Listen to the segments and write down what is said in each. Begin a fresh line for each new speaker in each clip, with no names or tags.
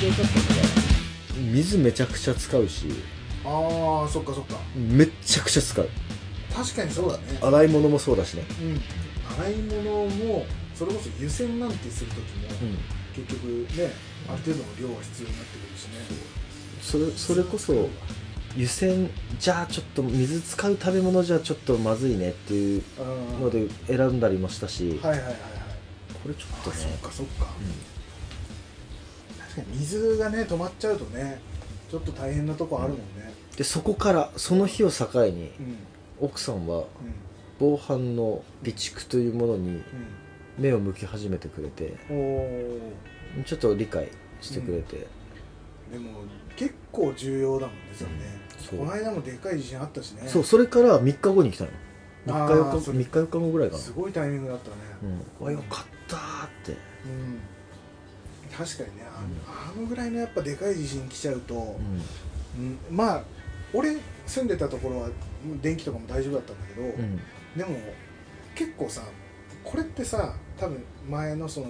消えちゃったんで
水めちゃくちゃ使うし
ああそっかそっか
めっちゃくちゃ使う
確かにそうだね
洗い物もそうだしね
うん洗い物もそれこそ湯煎なんてする時も、
うん
結局ねある程度の量は必要になってくるしね
それそれこそ湯煎じゃあちょっと水使う食べ物じゃちょっとまずいねっていう
うん
ので選んだりもしたし、
はいはいはいはい
これちょっ
あ
と
そ
ね
っかそっか、
う
確かに水がね止まっちゃうとねちょっと大変なとこあるもんね
んでそこからその日を境に
うんうん
奥さんは防犯の備蓄というものに目を向き始めてくれて
うん、おー
ちょっと理解してくれて、
でも結構重要だもんねそれね、
そう
この間もでっかい地震あったしね
そうそれから3日後に来たの3日
あー
4日
それ
3日4日後ぐらいかな
すごいタイミングだったね
うんわよかったーって
うん、確かにねあのあのぐらいのやっぱでかい地震来ちゃうと、
うん
うんまあ俺住んでたところはうん電気とかも大丈夫だったんだけど、
うん
でも結構さこれってさ多分前のその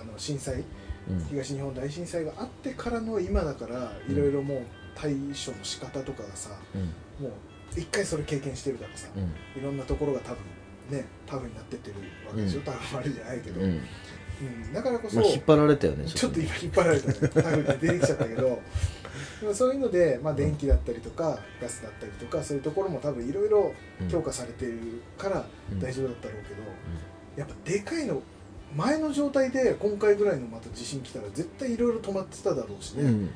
あの震災
うん
東日本大震災があってからの今だから
うん
いろいろもう対処の仕方とかがさ
うん
もう一回それ経験してるからさ
うん
いろんなところが多分ねタフになってってるわけでしょ、
うん
タフあるじゃないけど、
う
うん
ん
だからこそ、
まあ、引っ張られたよね
ちょっと今引っ張られたねタグで出てきちゃった けどでもそういうので、まあ、電気だったりとかガスだったりとかそういうところも多分いろいろ強化されてるから大丈夫だったろうけど、やっぱでかいの前の状態で今回ぐらいのまた地震来たら絶対いろいろ止まってただろうしね、
うん、う
うん
ん
っ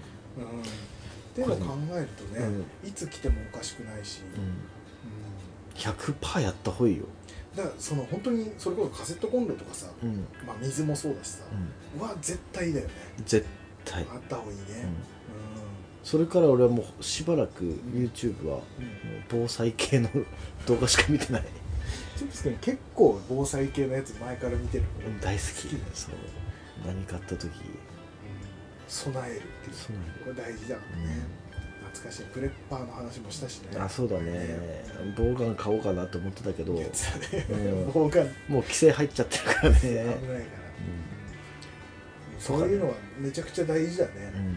ていうのを考えるとね、いつ来てもおかしくないし、
う
うん
ん、100%やった方がいいよ、
だからその本当にそれこそカセットコンロとかさ、
うん
まあ、水もそうだしさ、は絶対だよね
絶対、
あった方がいいね、
うんそれから俺はもうしばらく YouTube はも
うんうん
う防災系の動画しか見てない
チップス君結構防災系のやつ前から見てるから、
大好き
好きだよ
そう何かあった時
備えるっていう
そうなんだ
これ大事だからね、懐かしいプレッパーの話もしたしね
うんあそうだね防眼買おうかなと思ってたけど
言ってたね
うん
防寒
もう規制入っちゃってるから
危ない
ね、
から
う
そういうのはめちゃくちゃ大事だね
んうん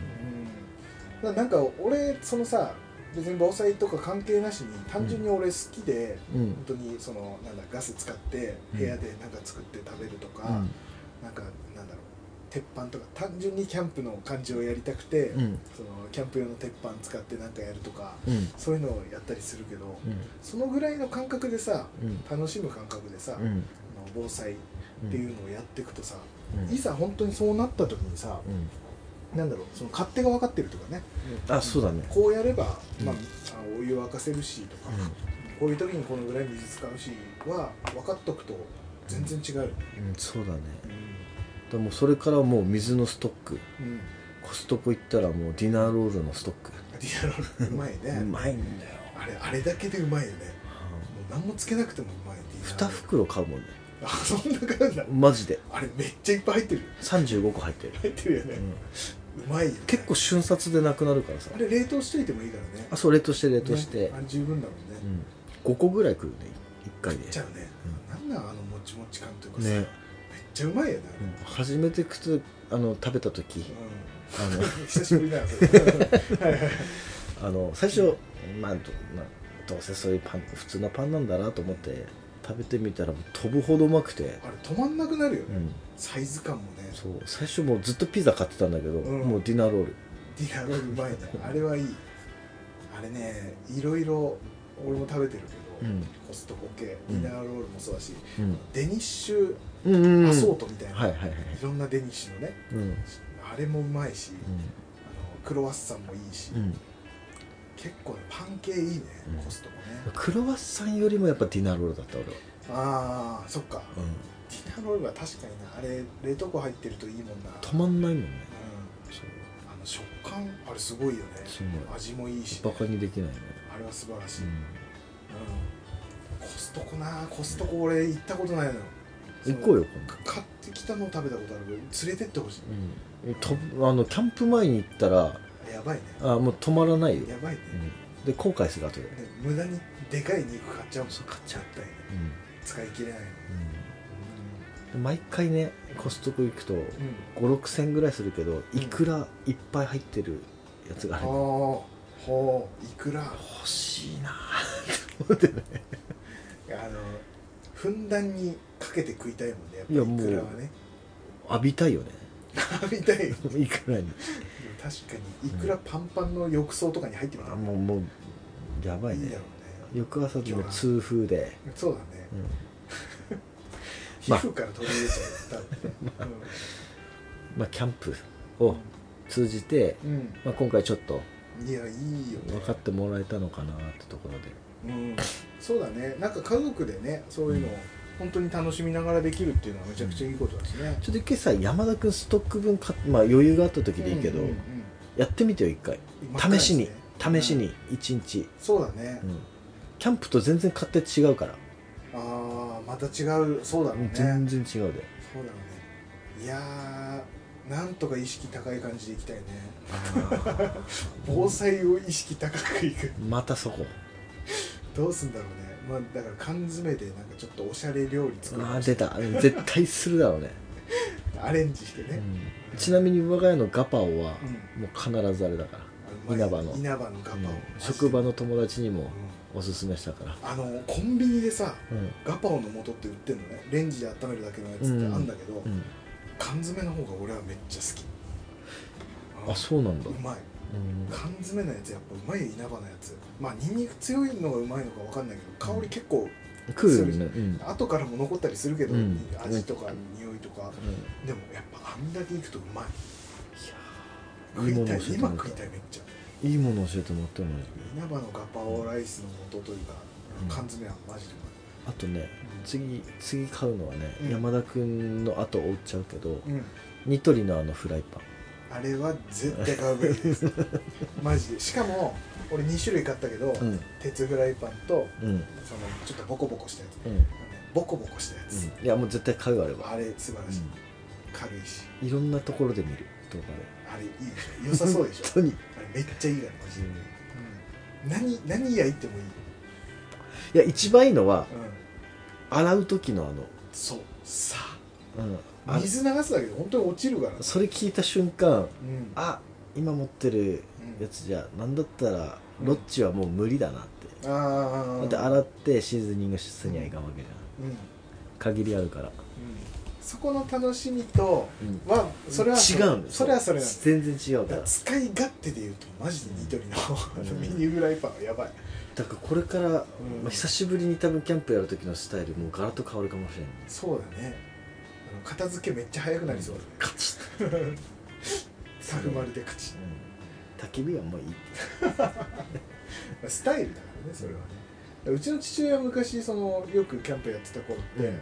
うん、だからなんか俺そのさ別に防災とか関係なしに単純に俺好きで、
うん
本当にそのなんだガス使って部屋でなんか作って食べるとか、なんかなんだろう鉄板とか単純にキャンプの感じをやりたくて、
うん
そのキャンプ用の鉄板使ってなんかやるとか
うん
そういうのをやったりするけど
うん
そのぐらいの感覚でさ
うん
楽しむ感覚でさ、
うんうん
あの防災っていうのをやっていくとさ、
うん
いざ本当にそうなった時にさ、
うん
なんだろうその勝手が分かってるとかね
あそうだね
こうやれば、まあ
うん
あお湯沸かせるしとか、こういう時にこのぐらい水使うしは分かっとくと全然違うよね、
うん、うん、そうだね
う
でもそれからもう水のストック
んうん、
コストコ行ったらもうディナーロールのストック
ディナーロールうまいね
うまいんだよ
あれあれだけでうまいよね
う
もう何もつけなくてもうまい
ん
ディナーロ
2
ール
袋買うもんね
あそんな感じだ
マジで
あれめっちゃいっぱい入ってるよ
35個入ってる、
入ってるよね
うん
うまいよね
結構瞬殺でなくなるからさ
あれ冷凍しといてもいいからね
あそう冷凍して冷凍して、
ねあれ十分だもん
う
ね
ん、5個ぐらい食うね1回で
めっちゃうねなんなんあのもちもち感というかさめっ
ね
ちゃうまいよね
う
あれ
ん初めて靴あの食べた時
う
あの
ん 久しぶりだなそれはいはいはい
あの最初、まあどまあどうせそういうパン普通のパンなんだなと思って食べてみたらもう飛ぶほどうまくて、
あれ止まんなくなるよ
う
ね
ん、
サイズ感もね
そう最初もうずっとピザ買ってたんだけど、
うん
もうディナーロール
ディナーロールうまいねあれはいいあれねいろいろ俺も食べてるけど
うん
コストコ系
う
デ
ん
ィナーロールもそうだし
うん
デニッシュ
うんうんうん
アソートみたいな
はいはいはい
いろんなデニッシュのね
うんうん
あれもうまいし、あのクロワッサンもいいし、
うん
結構ねパン系いいね、
うん
コストもね
クロワッサンよりもやっぱディナーロールだった俺は、
ああそっか
うん、
ディナーロールは確かになあれ冷凍庫入ってるといいもんな、うん、
止まんないもんね
あの食感あれすごいよね
すご
味もいいし、
いバカにできないね、
あれは素晴らし
う
い、うん
ん、
コストコなコストコ俺行ったことないのよ
行こう
よ
よ今度
買ってきたのを食べたことあるけど連れてってほしい
うん、とあのキャンプ前に行ったら
やばいね
あもう止まらないよ、
やばいね,、
うん、で後悔する後で、
ね無駄にでかい肉買っちゃうもん
そう買っちゃう
絶対ね
うん
使い切れないの
うん
うん
毎回ねコストコ行くと
うん
56000円ぐらいするけどいくらいっぱい入ってるやつがあ
ああ
るの
ほういくらあ
欲しいなぁと思ってね
のふんだんにかけて食いたいもんねやっぱ
いやも
り
う
いくらはね
浴びたいよ ね
みたいでも
いくらに
確かにいくらパンパンの浴槽とかに入ってみ
あ
たら
もうもうやばい
いい
ね
だろうね
翌朝の痛風で、
そうだね
うん
皮膚から取り入れちゃったってね
まあ、キャンプを通じて、
うん
まあ、今回ちょっと
うんいやいいよね
分かってもらえたのかなってところで
うんそうだねなんか家族でねそういうのを本当に楽しみながらできるっていうのはめちゃくちゃいいことだしね
ちょっと今朝山田君ストック分買っまあ、余裕があった時でいいけど、
うんうん
やってみてよ一回
うん
試しに、
真っ赤ですね
試しに一日、
そうだね
うんキャンプと全然勝手違うから、
ああまた違うそうだろうね
全然違うで
そうだろうねいやーなんとか意識高い感じでいきたいね防災を意識高くいく
またそこ
どうすんだろうねまあだから缶詰でなんかちょっとおしゃれ料理作る
ああ出た絶対するだろうね、
アレンジしてね、
うんちなみに我が家のガパオは
うん
もう必ずあれだから、
あ
稲葉の
稲葉のガパオ、
うん職場
の、
の友達にも
う
おすすめしたから、
んあのコンビニでさ
うん
ガパオの素って売ってるのねレンジで温めるだけのやつってあんだけど、
うん
缶詰の方が俺はめっちゃ好き
あそうなんだ、
うまい
うん
缶詰のやつやっぱうまいよ稲葉のやつまあニンニク強いのがうまいのかわかんないけど香り結構
クールにね、うん
後からも残ったりするけど、
うん
味とか匂いとかでもやっぱあんだけいくとうまい
い
食
いも
い
の
たい
教えてもら
今
った
食いたいめっちゃ
いいもの教えてもらったのに
稲葉のガパオライスの元というか、
うん
缶詰はマジでう
あとね
ま
次次買うのはね、
うん
山田君の後を追っちゃうけど、
い、うん、
ニトリのあのフライパン
あれは絶対買うべきです マジでしかも俺2種類買ったけど、
うん
鉄フライパンと
うん
そのちょっとボコボコしたやつ
うん、
ボコボコしたやつ、
いやもう絶対買うよあれは
あれ素晴らしい、軽いし
うんいろんなところで見る動画で
あれいいでしょ良さそう でしょ
本当に、
あれめっちゃいいからマジで、うん、何何焼いてもいい、
いや一番いいのは
うん、
洗う時のあの,、
そうさ
うん、
あ
あ
水流すだけで本当に落ちるからね
それ聞いた瞬間
うん
あ今持ってるやつじゃなんだったら
うん
ロッチはもう無理だなって、
ああ
だって洗ってシーズニングしにはいかんわけじゃん
うん、うん、
限りあるから、
そこの楽しみとはそれは
違うんです
それはそれなんです
全然違う
だ
か
からら使い勝手で言うとマジでニトリのあの
うん
ミニフライパンはやばい、
だからこれから、ま
うん
あ、久しぶりに多分キャンプやる時のスタイルもうガラッと変わるかもしれない
そうだねあの片付けめっちゃ早くなりそうだね
カチッ、
サフマルで勝ち
うん、焚き火はもういい
スタイルだからねそれはねうちの父親は昔そのよくキャンプやってた頃って、
うん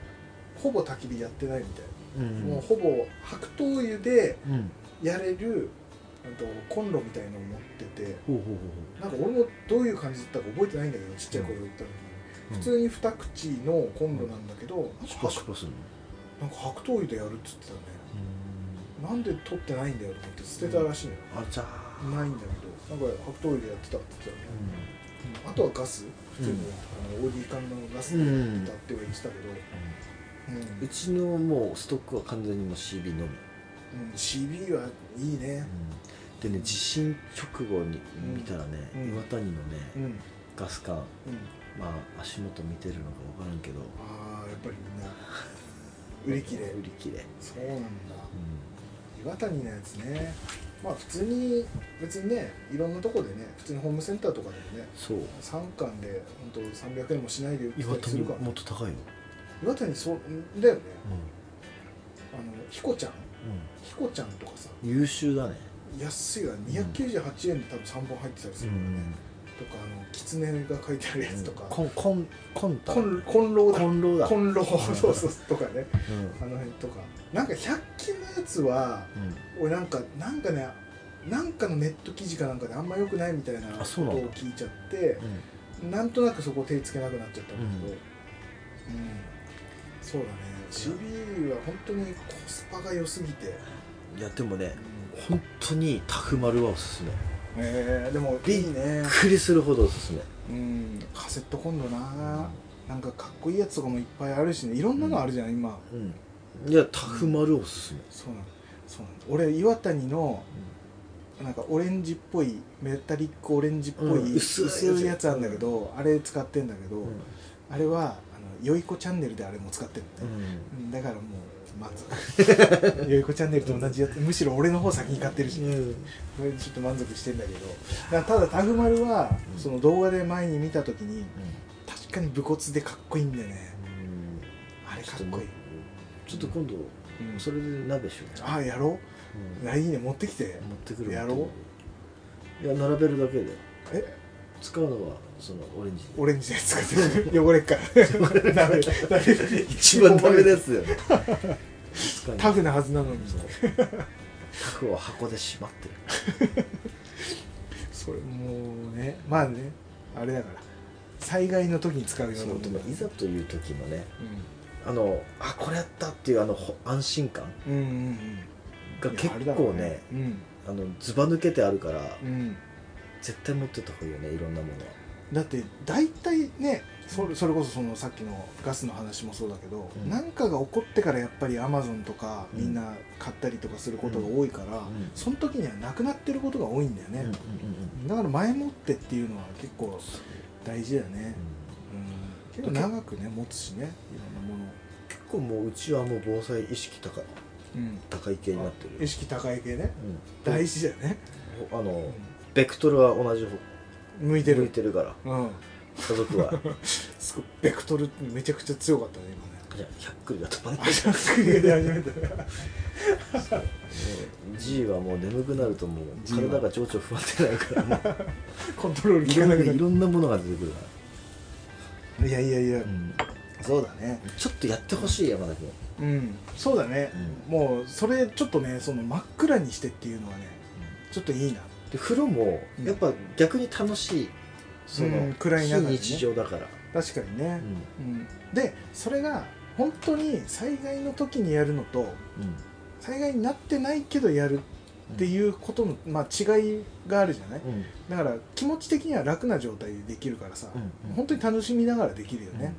ほぼ焚き火やってないみたいな、
ん
もうほぼ白桃湯で
うん、
やれるあとコンロみたいのを持ってて
ほうほうほうほ
なんか俺もどういう感じだったか覚えてないんだけどちっちゃい頃言ったのに、
う
普通に二口のコンロなんだけど、なん
シ
か
ュパ
白
シュパするの
なんか白桃湯でやるっつってたねなんで取ってないんだよと思って捨てたらしいのよ、
あちゃ
ないんだけどなんか白桃湯でやってたって言ってたのね、あとはガス普通に、あの OD 缶のガス
う
だっ
ん
たっては言ってたけど、うん
うちのもうストックは完全にもう CB のみ、
うん、CB はいいね、
でね地震直後に
うん
見たらね、
うん
岩谷のね、
うんうん、
ガス管まあ足元見てるのか分からんけど
ああやっぱりみんな売り切れ
売り切れ、
そうなんだ岩谷のやつねまあ普通に別にねいろんなとこでね普通にホームセンターとかでもね
そう
3巻で本当300円もしないで売ってた
岩
りす
谷
るか
も
ら
っと高いよ、
岩谷そううんだよね
う
あの彦ちゃん
ん
彦ちゃんとかさ
優秀だね、
安いわ298円で多分3本入ってたりするからね、とかあの狐が書いてあるやつとか、
コンコンコンタ
コンコンローだ
コンローだ
コンロ
うん
ーそうそうとかね
うん
あの辺とかなんか100均のやつは俺なんかなんかねなんかのネット記事かなんかであんま良くないみたいなこ
あ
と
そうなんだ
を聞いちゃって
うん
なんとなくそこ手つけなくなっちゃったんだけど、
うん
うんそうだね CB は本当にコスパが良すぎて、
いやでもね
うん
本当にタフ丸はおすすめび
えーでもいいね
っ、くりするほどおすすめ
うん、カセットコンロななんかかっこいいやつとかもいっぱいあるしねいろんなのあるじゃん、今
うんいやタフ丸おすすめ
そうなんだそうなんだ俺岩谷のなんかオレンジっぽいメタリックオレンジっぽい、
うん薄いやつ
薄いやつあるんだけど、あれ使ってんだけど、
うん
あれはあのよいこチャンネルであれも使ってるんだよ、うんだからもうま ずよいこチャンネルと同じやつむしろ俺の方先に買ってるし、これでちょっと満足してんだけどだからただタグマルは、
うん
その動画で前に見た時に確かに武骨でかっこいいんだよねあれかっこいい、
ちょっと今度
うん
それで鍋しようよ
ああやろ
うん
ういやいいね持ってきて
持ってくる
やろう
持ってくるいや並べるだけで
え
使うのはそのオレンジ
オレンジのやつ使ってる汚れ っからダメダメ
一番ダメなやつだよね使うの
タフなはずなのに
そうタフを箱でしまってる
それもうねまあねあれだから災害の時に使うような
そう
も
で
の
も
だ
いざという時のねあのあこれやったっていうあのほ安心感
うんうんうんうん
が
いや
結
あれだろ
構
う
ね
うん
あのずば抜けてあるから、
うん
絶対持ってた方がいいよねいろんなものは
だって大体ねそれそれこそそのさっきのガスの話もそうだけど、
うん
なんかが起こってからやっぱりアマゾンとか
うん
みんな買ったりとかすることが多いから、
ん
その時にはなくなってることが多いんだよね、だから前もってっていうのは結構大事だよね、うん、結構長くね持つしねいろんなもの、
結構もううちはもう防災意識高い
うん、
高い系になってる
意識高い系ね
うん
大事だよね、
あの、ベクトルは同じ方
うん向いて
向い
る
てるから
うん
家族は
すごいベクトルめちゃくちゃ強かったね今ね
じゃあ100クリだと思っ
あ
て
じゃあクリアで始めた
G はもう眠くなるともう
G は
体が情緒不安定になるからもう
コントロ ール
いろ
効か
ん
な
な
くなる
いろんなものが出てくるか
いやいやいや、
ら、
そうだね
ちょっとやってほしい山田君
うんそうだね、もうそれちょっとねその真っ暗にしてっていうのはねちょっといいな
で風呂も
うん
やっぱ逆に楽しいその、
うん暗い中でね
非日常だから、
確かに
う
ね、
ん
うんでそれが本当に災害の時にやるのと災害になってないけどやるっていうことの、まあ、違いがあるじゃない
うん
だから気持ち的には楽な状態でできるからさ、
うん
本当に楽しみながらできるよね、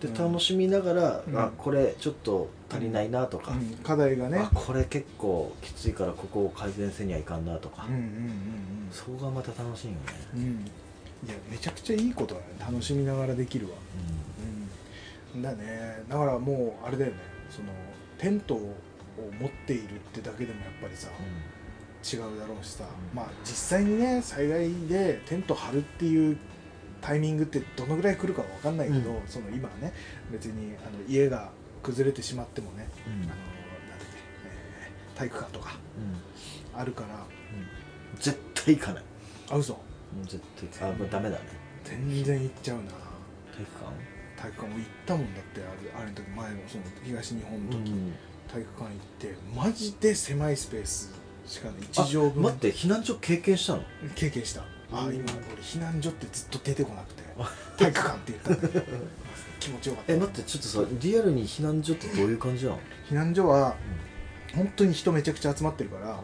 で
うん
楽しみながら、
うん
あこれちょっと足りないなとか、
うん課題がね
あこれ結構きついからここを改善せにはいかんなとか、
うんうんうん
そこがまた楽しいよね、
うんうんいやめちゃくちゃいいことだね楽しみながらできるわうん、だねだからもうあれだよねそのテントを持っているってだけでもやっぱりさ違うだろうしさ、
うん
まあ実際にね災害でテント張るっていうタイミングってどのぐらい来るかわかんないけど、
う
その今はね別にあの家が崩れてしまってもね、
うん
あのなんだっけ、えー体育館とかあるから
絶対行かない
あ嘘
うん絶対あもうダメだね
全然行っちゃうな
体育館
体育館も行ったもんだってあれあれの時前のその東日本の時、体育館行ってマジで狭いスペースしかない
あ
1畳分
待って避難所経験したの
経験したあ
うん
今俺避難所ってずっと出てこなくて体育館って言ったんだけど 気持ちよかった
え待ってちょっとさリアルに避難所ってどういう感じなの、
避難所は本当に人めちゃくちゃ集まってるから、
うん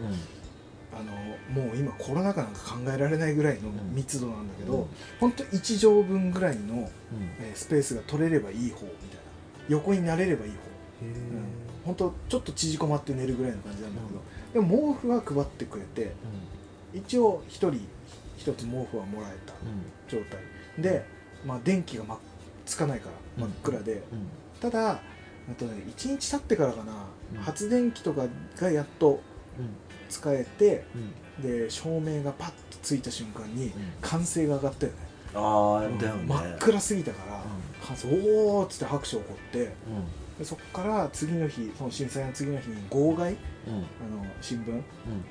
あのもう今コロナ禍なんか考えられないぐらいの密度なんだけど、
うん
本当1畳分ぐらいの、
うん
えースペースが取れればいい方みたいな横になれればいい方うん本当ちょっと縮こまって寝るぐらいの感じなんだけど、でも毛布は配ってくれて、一応一人一つ毛布はもらえた
う
状態で、まあ、電気が、ま、つかないから真っ暗で、
んうん
ただあとね1日経ってからかな、
うん
発電機とかがやっと使えて
うんうん
で照明がパッとついた瞬間に
うん
歓声が上がったよね
ああだよね、
真っ暗すぎたから、
う
歓声おーっつって拍手起こって
う
でそこから次の日その震災の次の日に号
んうん
外あの新聞
うん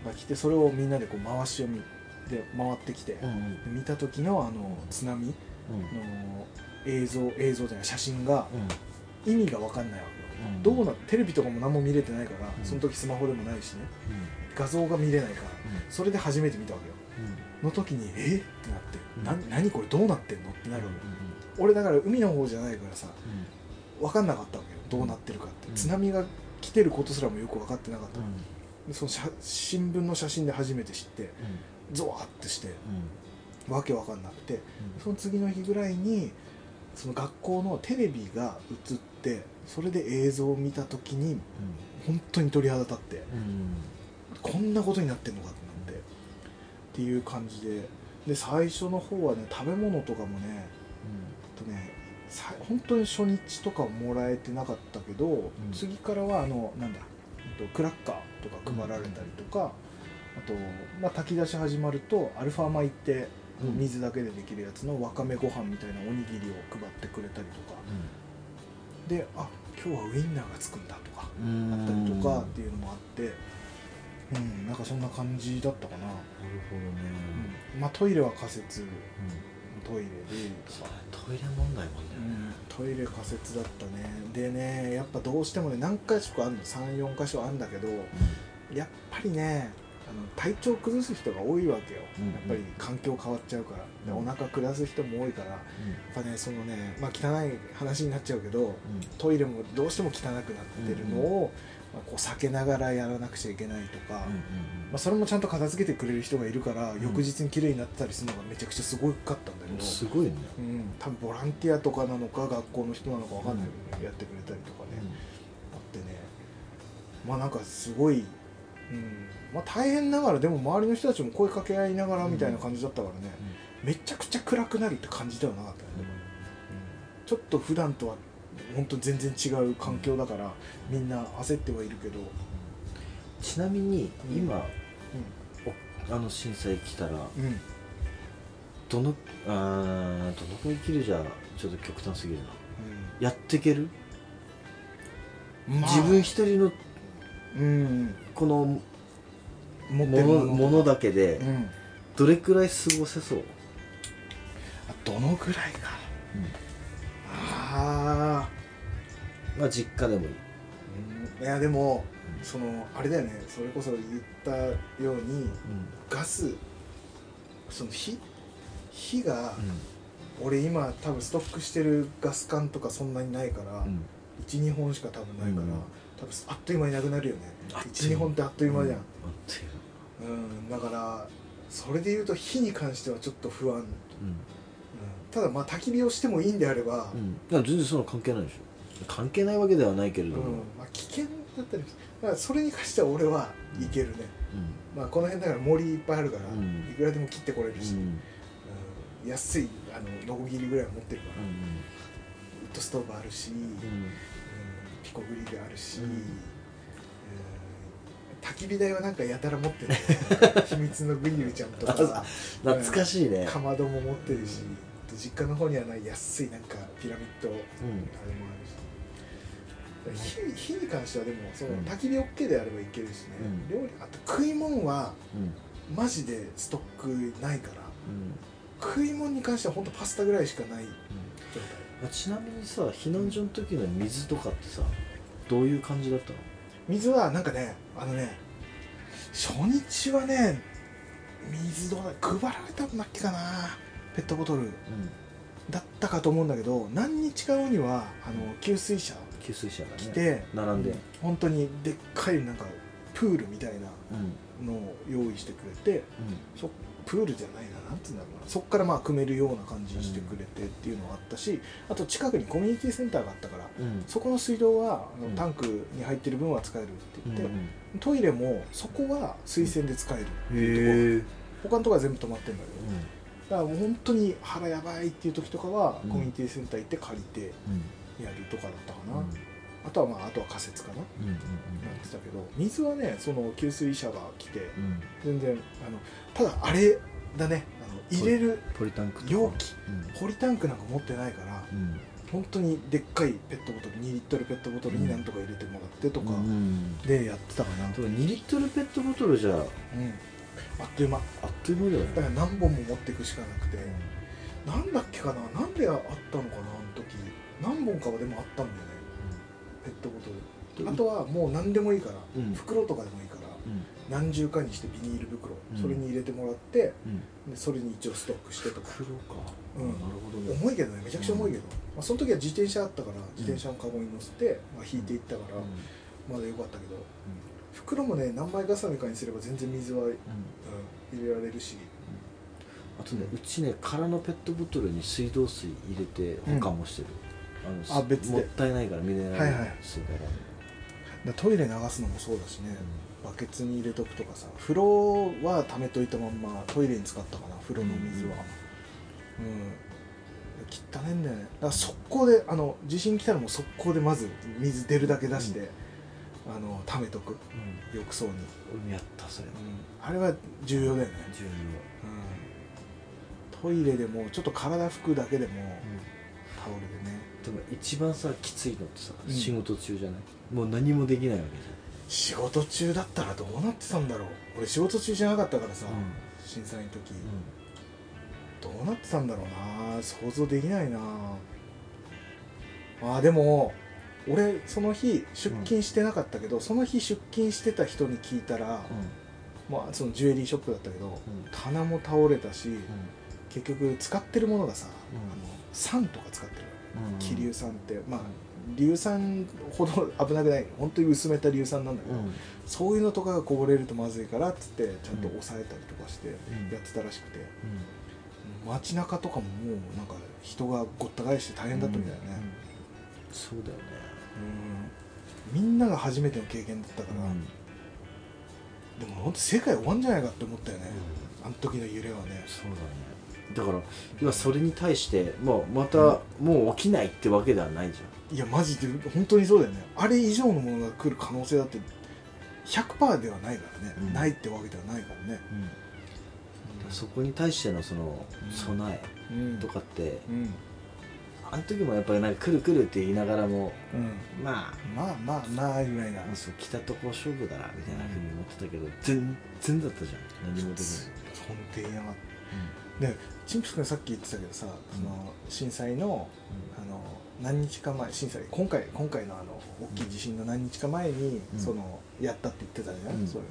が来てそれをみんなでこう回し読みで回ってきて、
うんうん
で見た時のあの津波の映像映像じゃない写真が意味が分かんないわけよ、
うん
どうなテレビとかも何も見れてないから、
うん
その時スマホでもないしね画像が見れないからそれで初めて見たわけよの時にえっってなって、
うん
な何これどうなってんのってなるわけよ、俺だから海の方じゃないからさ分かんなかったわけよどうなってるかって、
うん
津波が来てることすらもよく分かってなかった、でその写新聞の写真で初めて知ってゾワーってしてわけわかんなくてその次の日ぐらいにその学校のテレビが映ってそれで映像を見た時に本当に鳥肌立ってこんなことになってんのかってなってっていう感じでで最初の方はね食べ物とかもねえっとねさ本当に初日とかもらえてなかったけど、
ん
次からはあのなんだ、えっと、クラッカーとか配られたりとか、あと、まあ、炊き出し始まるとアルファ米って
うん
水だけでできるやつのわかめご飯みたいなおにぎりを配ってくれたりとかであ今日はウインナーがつくんだとかあったりとかっていうのもあってうんなんかそんな感じだったかな、
なるほどね、
うんまあトイレは仮設
うん
トイレでとか
トイレ問題もんだよね、
トイレ仮設だったねでねやっぱどうしてもね何箇所かあるの34箇所あるんだけどやっぱりねあの体調崩す人が多いわけよ、
うんうん
やっぱり環境変わっちゃうから、
うん
でお腹下す人も多いからやっぱねそのねまあ汚い話になっちゃうけど
うん
トイレもどうしても汚くなってるのを、まあこう避けながらやらなくちゃいけないと
うんうん
か、まあ、それもちゃんと片付けてくれる人がいるから、
ん
翌日に綺麗になってたりするのがめちゃくちゃすごかったんだけ
うん
ど、
すごいね、
うん、多分ボランティアとかなのか学校の人なのかわかんないけど、やってくれたりとかね、あってねまあなんかすごい、うんまあ、大変ながらでも周りの人たちも声かけ合いながらみたいな感じだったからね、めちゃくちゃ暗くなるって感じではなかったね、
うん
ちょっと普段とは本当全然違う環境だから、みんな焦ってはいるけど、
ちなみに今、
う
おあの震災来たら
んうん、
どのあーどのくらい生きるじゃちょっと極端すぎるな
う
やっていける、
んまあ
自分一人の
うん
この
持
ものものだけで
うん、
どれくらい過ごせそう、
あどのぐらいかああ
まあ実家でもいい、
いやでも
うん
そのあれだよねそれこそ言ったようにガスその火火が、俺今多分ストックしてるガス管とかそんなにないから、
うん
12本しか多分ないから、
うん
多分あっという間になくなるよね
あっという間
12本ってあっという間じゃん
あっ、という
うんだからそれで言うと火に関してはちょっと不安、うん
間
ただまあ焚き火をしてもいいんであれば、
うん、だから全然そんなの関係ないでしょ関係ないわけではないけれ
うん
ども、
まあ、危険だったりだからそれに関しては俺はいけるね、
う
まあ、この辺だから森いっぱいあるから、
うん
いくらでも切ってこれるし、
ん
うん安いあのノコギリぐらいは持ってるから、ウッドストーブあるし、
うん
うんピコグリルあるし、
うん
うん焚き火台はなんかやたら 持ってる秘密のグリルちゃんとか
あ懐かしいね
かまども持ってるし、
うん
あと実家の方にはない安いなんかピラミッド、あれもあるし火火に関してはでもその
うん
焚き火 OK であればいけるしね、
うん
料理あと食い物は
うんうん
マジでストックないから食い物に関しては本当パスタぐらいしかない状態
うんちなみにさ避難所の時の水とかってさどういう感じだったの
水はなんかねあのね初日はね水どうだ配られたんだっけかなペットボトル
うん
だったかと思うんだけど何日か後にはあの給水車
給水車がね
来て、
並んで
本当にでっかいなんかプールみたいな
うんうん
のを用意してくれてそプールじゃないななんて言うんだろうなそっからまあ組めるような感じにしてくれてっていうのがあったしあと近くにコミュニティセンターがあったから
うん
そこの水道はあ
う
の
ん
タンクに入ってる分は使えるって言って、
うん
トイレもそこは水洗で使えるっていうとこ
へえ
ろ他のとこは全部止まってるんだけどだからもう本当に腹やばいっていう時とかは
うん
コミュニティセンター行って借りてやるとかだったかな、あとはまああとは仮設かななんて
うんうん
言ってたけど水はねその給水車が来て
うんうん
全然あのただあれだねあの入れる
ポリタンクとか
容器
うん
ポリタンクなんか持ってないから
うん
本当にでっかいペットボトル2リットルペットボトルになんとか入れてもらってとか
うん
でやってたかな、
でも2リットルペットボトルじゃあっ
うん、あっという間
という間だよね
だから何本も持っていくしかなくて、なんだっけかななんであったのかなあの時何本かはでもあったんだよねペットボトルあとはもう何でもいいから、
うん
袋とかでもいいから
うん
何重かにしてビニール袋、
うん
それに入れてもらって
うん
でそれに一応ストックしてとか
黒か
うん
なるほどね
重いけどねめちゃくちゃ重いけど、まあ、その時は自転車あったから自転車のカゴに乗せて、まあ、引いていったから、まだよかったけど袋もね何枚重ねかにすれば全然水は、うん、入れられるし
あとねうちね空のペットボトルに水道水入れて保管もしてる、あの
あ別で
もったいないからミネラル
はいはい
水だから、
だトイレ流すのもそうだしね、バケツに入れとくとかさ風呂は溜めといたまんまトイレに使ったかな風呂の水はうん、汚ねんだよねだから速攻であの地震来たらもう速攻でまず水出るだけ出して、あの溜めとく浴槽に、うん、
俺もやったそれ
あれは重要だよね、
重要、
うん、トイレでもちょっと体拭くだけでもタオルでね
でも一番さきついのってさ、
うん
仕事中じゃないもう何もできないわけ
仕事中だったらどうなってたんだろう俺仕事中じゃなかったからさ、
じゃん、
震災の時、
うん
どうなってたんだろうな想像できないなあーでも俺その日出勤してなかったけど、その日出勤してた人に聞いたら、まあ、そのジュエリーショップだったけど、
ん
棚も倒れたし、結局使ってるものがさ、
うん
あの酸とか使ってる
うん
気硫酸ってまあ硫酸ほど危なくない本当に薄めた硫酸なんだけ
う
ど、
ん
そういうのとかがこぼれるとまずいからっつってちゃんと抑えたりとかして
ん
やってたらしくて、街中とかももうなんか人がごった返して大変だったみたいだね、
うんそうだよね
うんみんなが初めての経験だったから、でも本当世界終わんじゃないかって思ったよね、あの時の揺れはね
そうだねだから今それに対して、まあ、またもう起きないってわけではないじ
いやマジで本当にそうだよねあれ以上のものが来る可能性だって100%ではないからね、
うん
ないってわけではないからね
ゃん、そこに対してのその
うん
備
うん
えとかって、
うん、
あの時もやっぱりなんか来る来るって言いながらも
うん、
まあ
まあまあまあぐらいな、
そう来たとこ勝負だなみたいなふうに思ってたけど全然だったじゃん何もできない、
本店やがでチンプス君さっき言ってたけどさ、その震災のあの何日か前震災今回今回のあの大きい地震の何日か前に、
うん
そのやったって言ってたじゃん、
うん
それ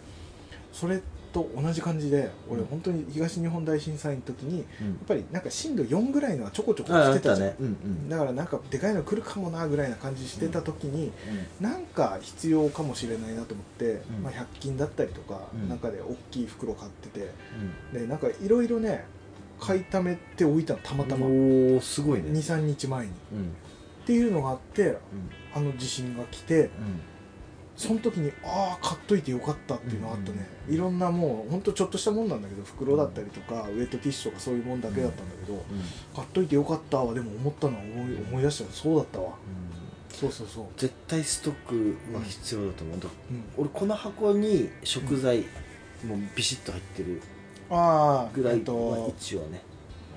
それと同じ感じで
う
俺
ん
本当に東日本大震災の時にや
うんうん
っぱりなんか震度4ぐらいのはちょこちょこ
ああ
来
って
た
た
じゃん、
ねうんうん
だからなんかでかいの来るかもなぐらいな感じしてた時に、なんか必要かもしれないなと思って、
うん
まあ、100均だったりとか、
うん
なんかで大きい袋買っててでなんかいろいろね買いためておいたのたまたま
おおすごいね
23日前にっ
うんうん
ていうのがあってあの地震が来てその時にああ買っといてよかったっていうのがあったね、
うん
いろんなもうほんとちょっとしたもんなんだけど袋だったりとかウェットティッシュとかそういうもんだけだったんだけど、
うんうん
買っといてよかったわでも思ったのは思い思い出したのそうだったわそうそうそう、
絶対ストックは必要だと思う、だ
うん、
俺この箱に食材、もうビシッと入ってる
ああ
ぐら
え
い
っ
は
と
一応ね、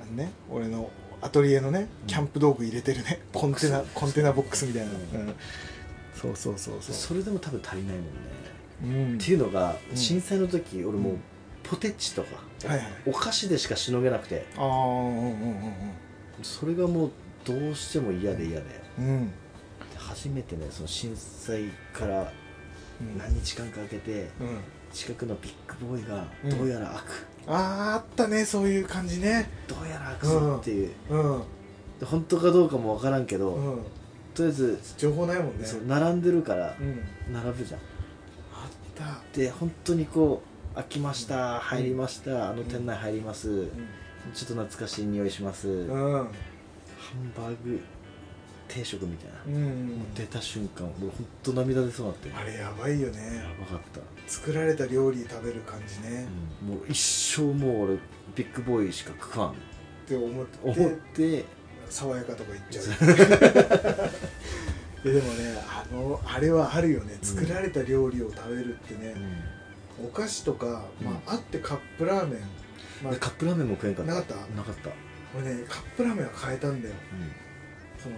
あのね俺のアトリエのね
うん
キャンプ道具入れてるねコンテナコンテナボックスみたいな、
うん
うんそうそうそうそ
それでも多分足りないもんね、
う、うん
っていうのが
うん
震災の時俺もううんポテチとか
はいはい
お菓子でしかしのげなくて
ああうんうん
それがもうどうしても嫌で嫌で
うんうんうん
で初めてねその震災から
うん
何日間か空けて
うん
近くのビッグボーイが
うん
どうやら開く、
あーあったねそういう感じね
どうやら開くぞっていう、
うん
で本当かどうかも分からんけど、
うん
とりあえず、
情報ないもんね
そう並んでるから
うん
並ぶじゃん
あった
で本当にこう開きました、入りましたあの店内入ります、ちょっと懐かしい匂いします、
う
ハン
ん
バーグ定食みたいな、
う
もうん出た瞬間俺本当涙出そうになって
あれやばいよ
や
ね
ばかった、
作られた料理食べる感じね
もう一生もう俺ビッグボーイしか食わん
って思って
思って
爽やかとか言っちゃう いやでもねあのあれはあるよね作られた料理を食べるってね、お菓子とか、まあ、あってカップラーメン、まあ
で、カップラーメンも食えんかった
なかった
なかった、
俺ねカップラーメンは変えたんだよその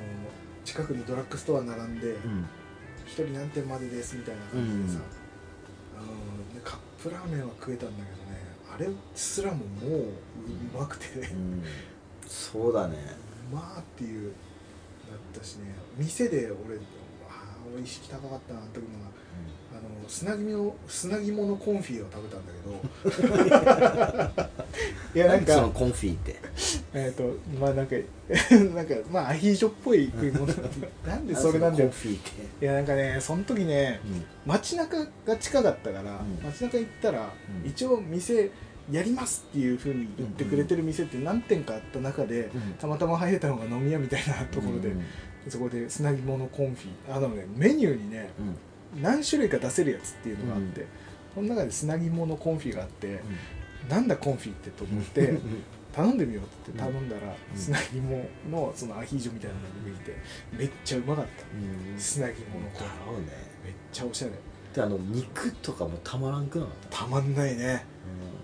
近くにドラッグストア並んで
うん
一人何点までですみたいな感じでさ、あのねカップラーメンは食えたんだけどねあれすらももううまくてね、
うん、そうだね
うまあっていうだったしね店で俺あー俺意識高かったなあの時もなあの砂肝の砂肝のコンフィを食べたんだけどいやなん
その
か
コンフィって
えっ、とまあなんか なんかまあアヒージョっぽい食い物なんでそれなんだ
コン
よ
フィって、
いやなんかねその時ね
うん
街中が近かったから、
うん
街中行ったら、
うん
一応店やりますっていうふうに言ってくれてる店って何店かあった中で、
うん
たまたま入れたのが飲み屋みたいなところで、
うん
そこで砂肝のコンフィあのねメニューにね
うん
何種類か出せるやつっていうのがあって、その中で砂肝のコンフィがあって、なんだコンフィってと思って、頼んでみようって言って頼んだら、
うん
砂肝のそのアヒージョみたいなのが出てきてめっちゃうまかった
うん
砂肝のコン
だ
フ
ろうね
ィめっちゃおしゃれ
であの肉とかもたまらんくなかった
まんないね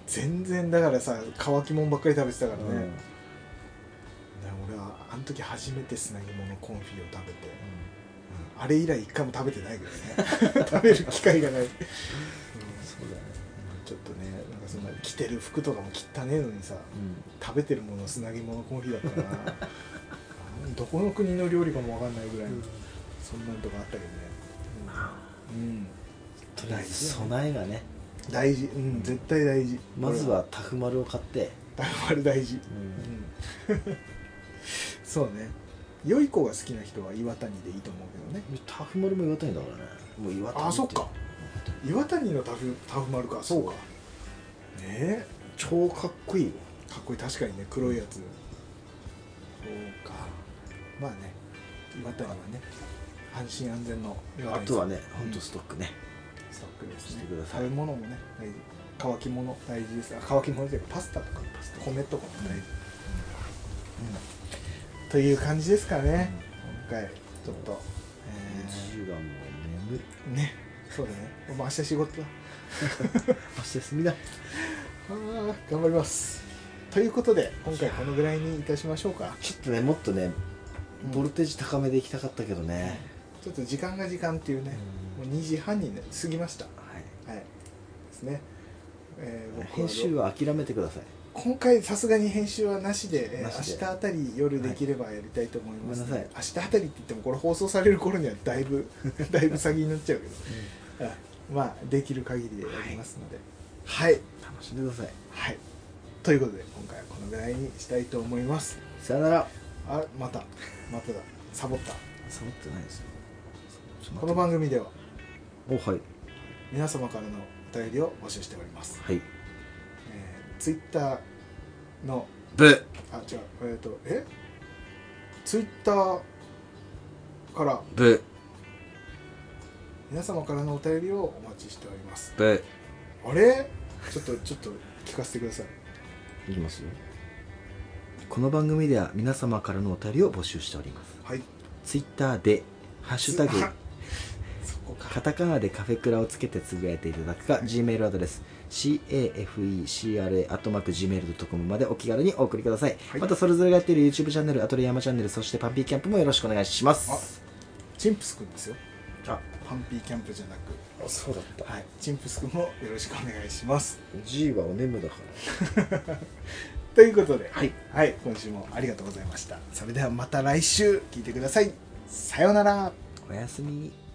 た
全然だからさ乾きもんばっかり食べてたからね、
うん
だから俺はあの時初めて砂肝のコンフィを食べて、うんあれ以来一回も食べてないけどね 食べる機会がない、うん
そうだね
ちょっとねなんかそんな着てる服とかも汚ねえのにさ食べてるもの砂肝のコンフィだった からうんどこの国の料理かもわかんないぐらいの、そんなのとかあったけどね、うん
とりあえず備えがね
大事うん絶対大事
まずはタフマルを買って
これはあれ大事
うん
うんそうね良い子が好きな人は岩谷でいいと思うけどね
タフマルも岩谷だからねもう岩谷
あそっか岩谷のタフタフ丸かそうかねえ
超かっこいいよ
かっこいい確かにね黒いやつそうかまあね岩谷はね安心安全の岩
あ
谷さん
とはね
うん
本当ストックね
ストックですね
してください
食べ物もね大事乾き物大事ですあ乾き物というかパスタとか米とかも大事、うんという感じですかね、今回ちょっと、
自由がもう眠い
えーねそうだねもう明日仕事だ
明日休みだ
あー頑張りますということで今回このぐらいにいたしましょうか
ちょっとねもっとね
うん
ボルテージ高めでいきたかったけどね、
ちょっと時間が時間っていうね、もう2時半にね過ぎました
はい
はいですね、えー僕は
編集は諦めてください
今回さすがに編集はなしでえ
なし
ー
で
明日あたり夜できればやりたいと思います、
はいごめん
明日あたりって言ってもこれ放送される頃にはだい ぶだいぶ先になっちゃうけど、はいまあできる限りでやりますのではい
楽しんでください
はいということで今回はこのぐらいにしたいと思います
さよなら
あまたまただサボ った
サボってないですよ
この番組では
おはい
皆様からのお便りを募集しております、
はい
えー、ツイッターの
ブ
あ違うえっ、とえツイッターから
ブ
皆様からのお便りをお待ちしております
ブ
あれちょっとちょっと聞かせてください
いきますよこの番組では皆様からのお便りを募集しております
はい
ツイッターで「ハッシュタ グ
あそこか
カタカナでカフェクラ」をつけてつぶやいていただくか Gmail アドレス cafecra.gmail.com までお気軽にお送りください、
はい
またそれぞれがやっている YouTube チャンネルアトリヤマチャンネルそしてパンピーキャンプもよろしくお願いします
チンプスくんですよ
あ
パンピーキャンプじゃなく
そうだっ
はいチンプスくんもよろしくお願いします
G はお眠だか
ということで
らはい
はい今週もありがとうございましたそれではまた来週聞いてくださいさようなら
おやすみ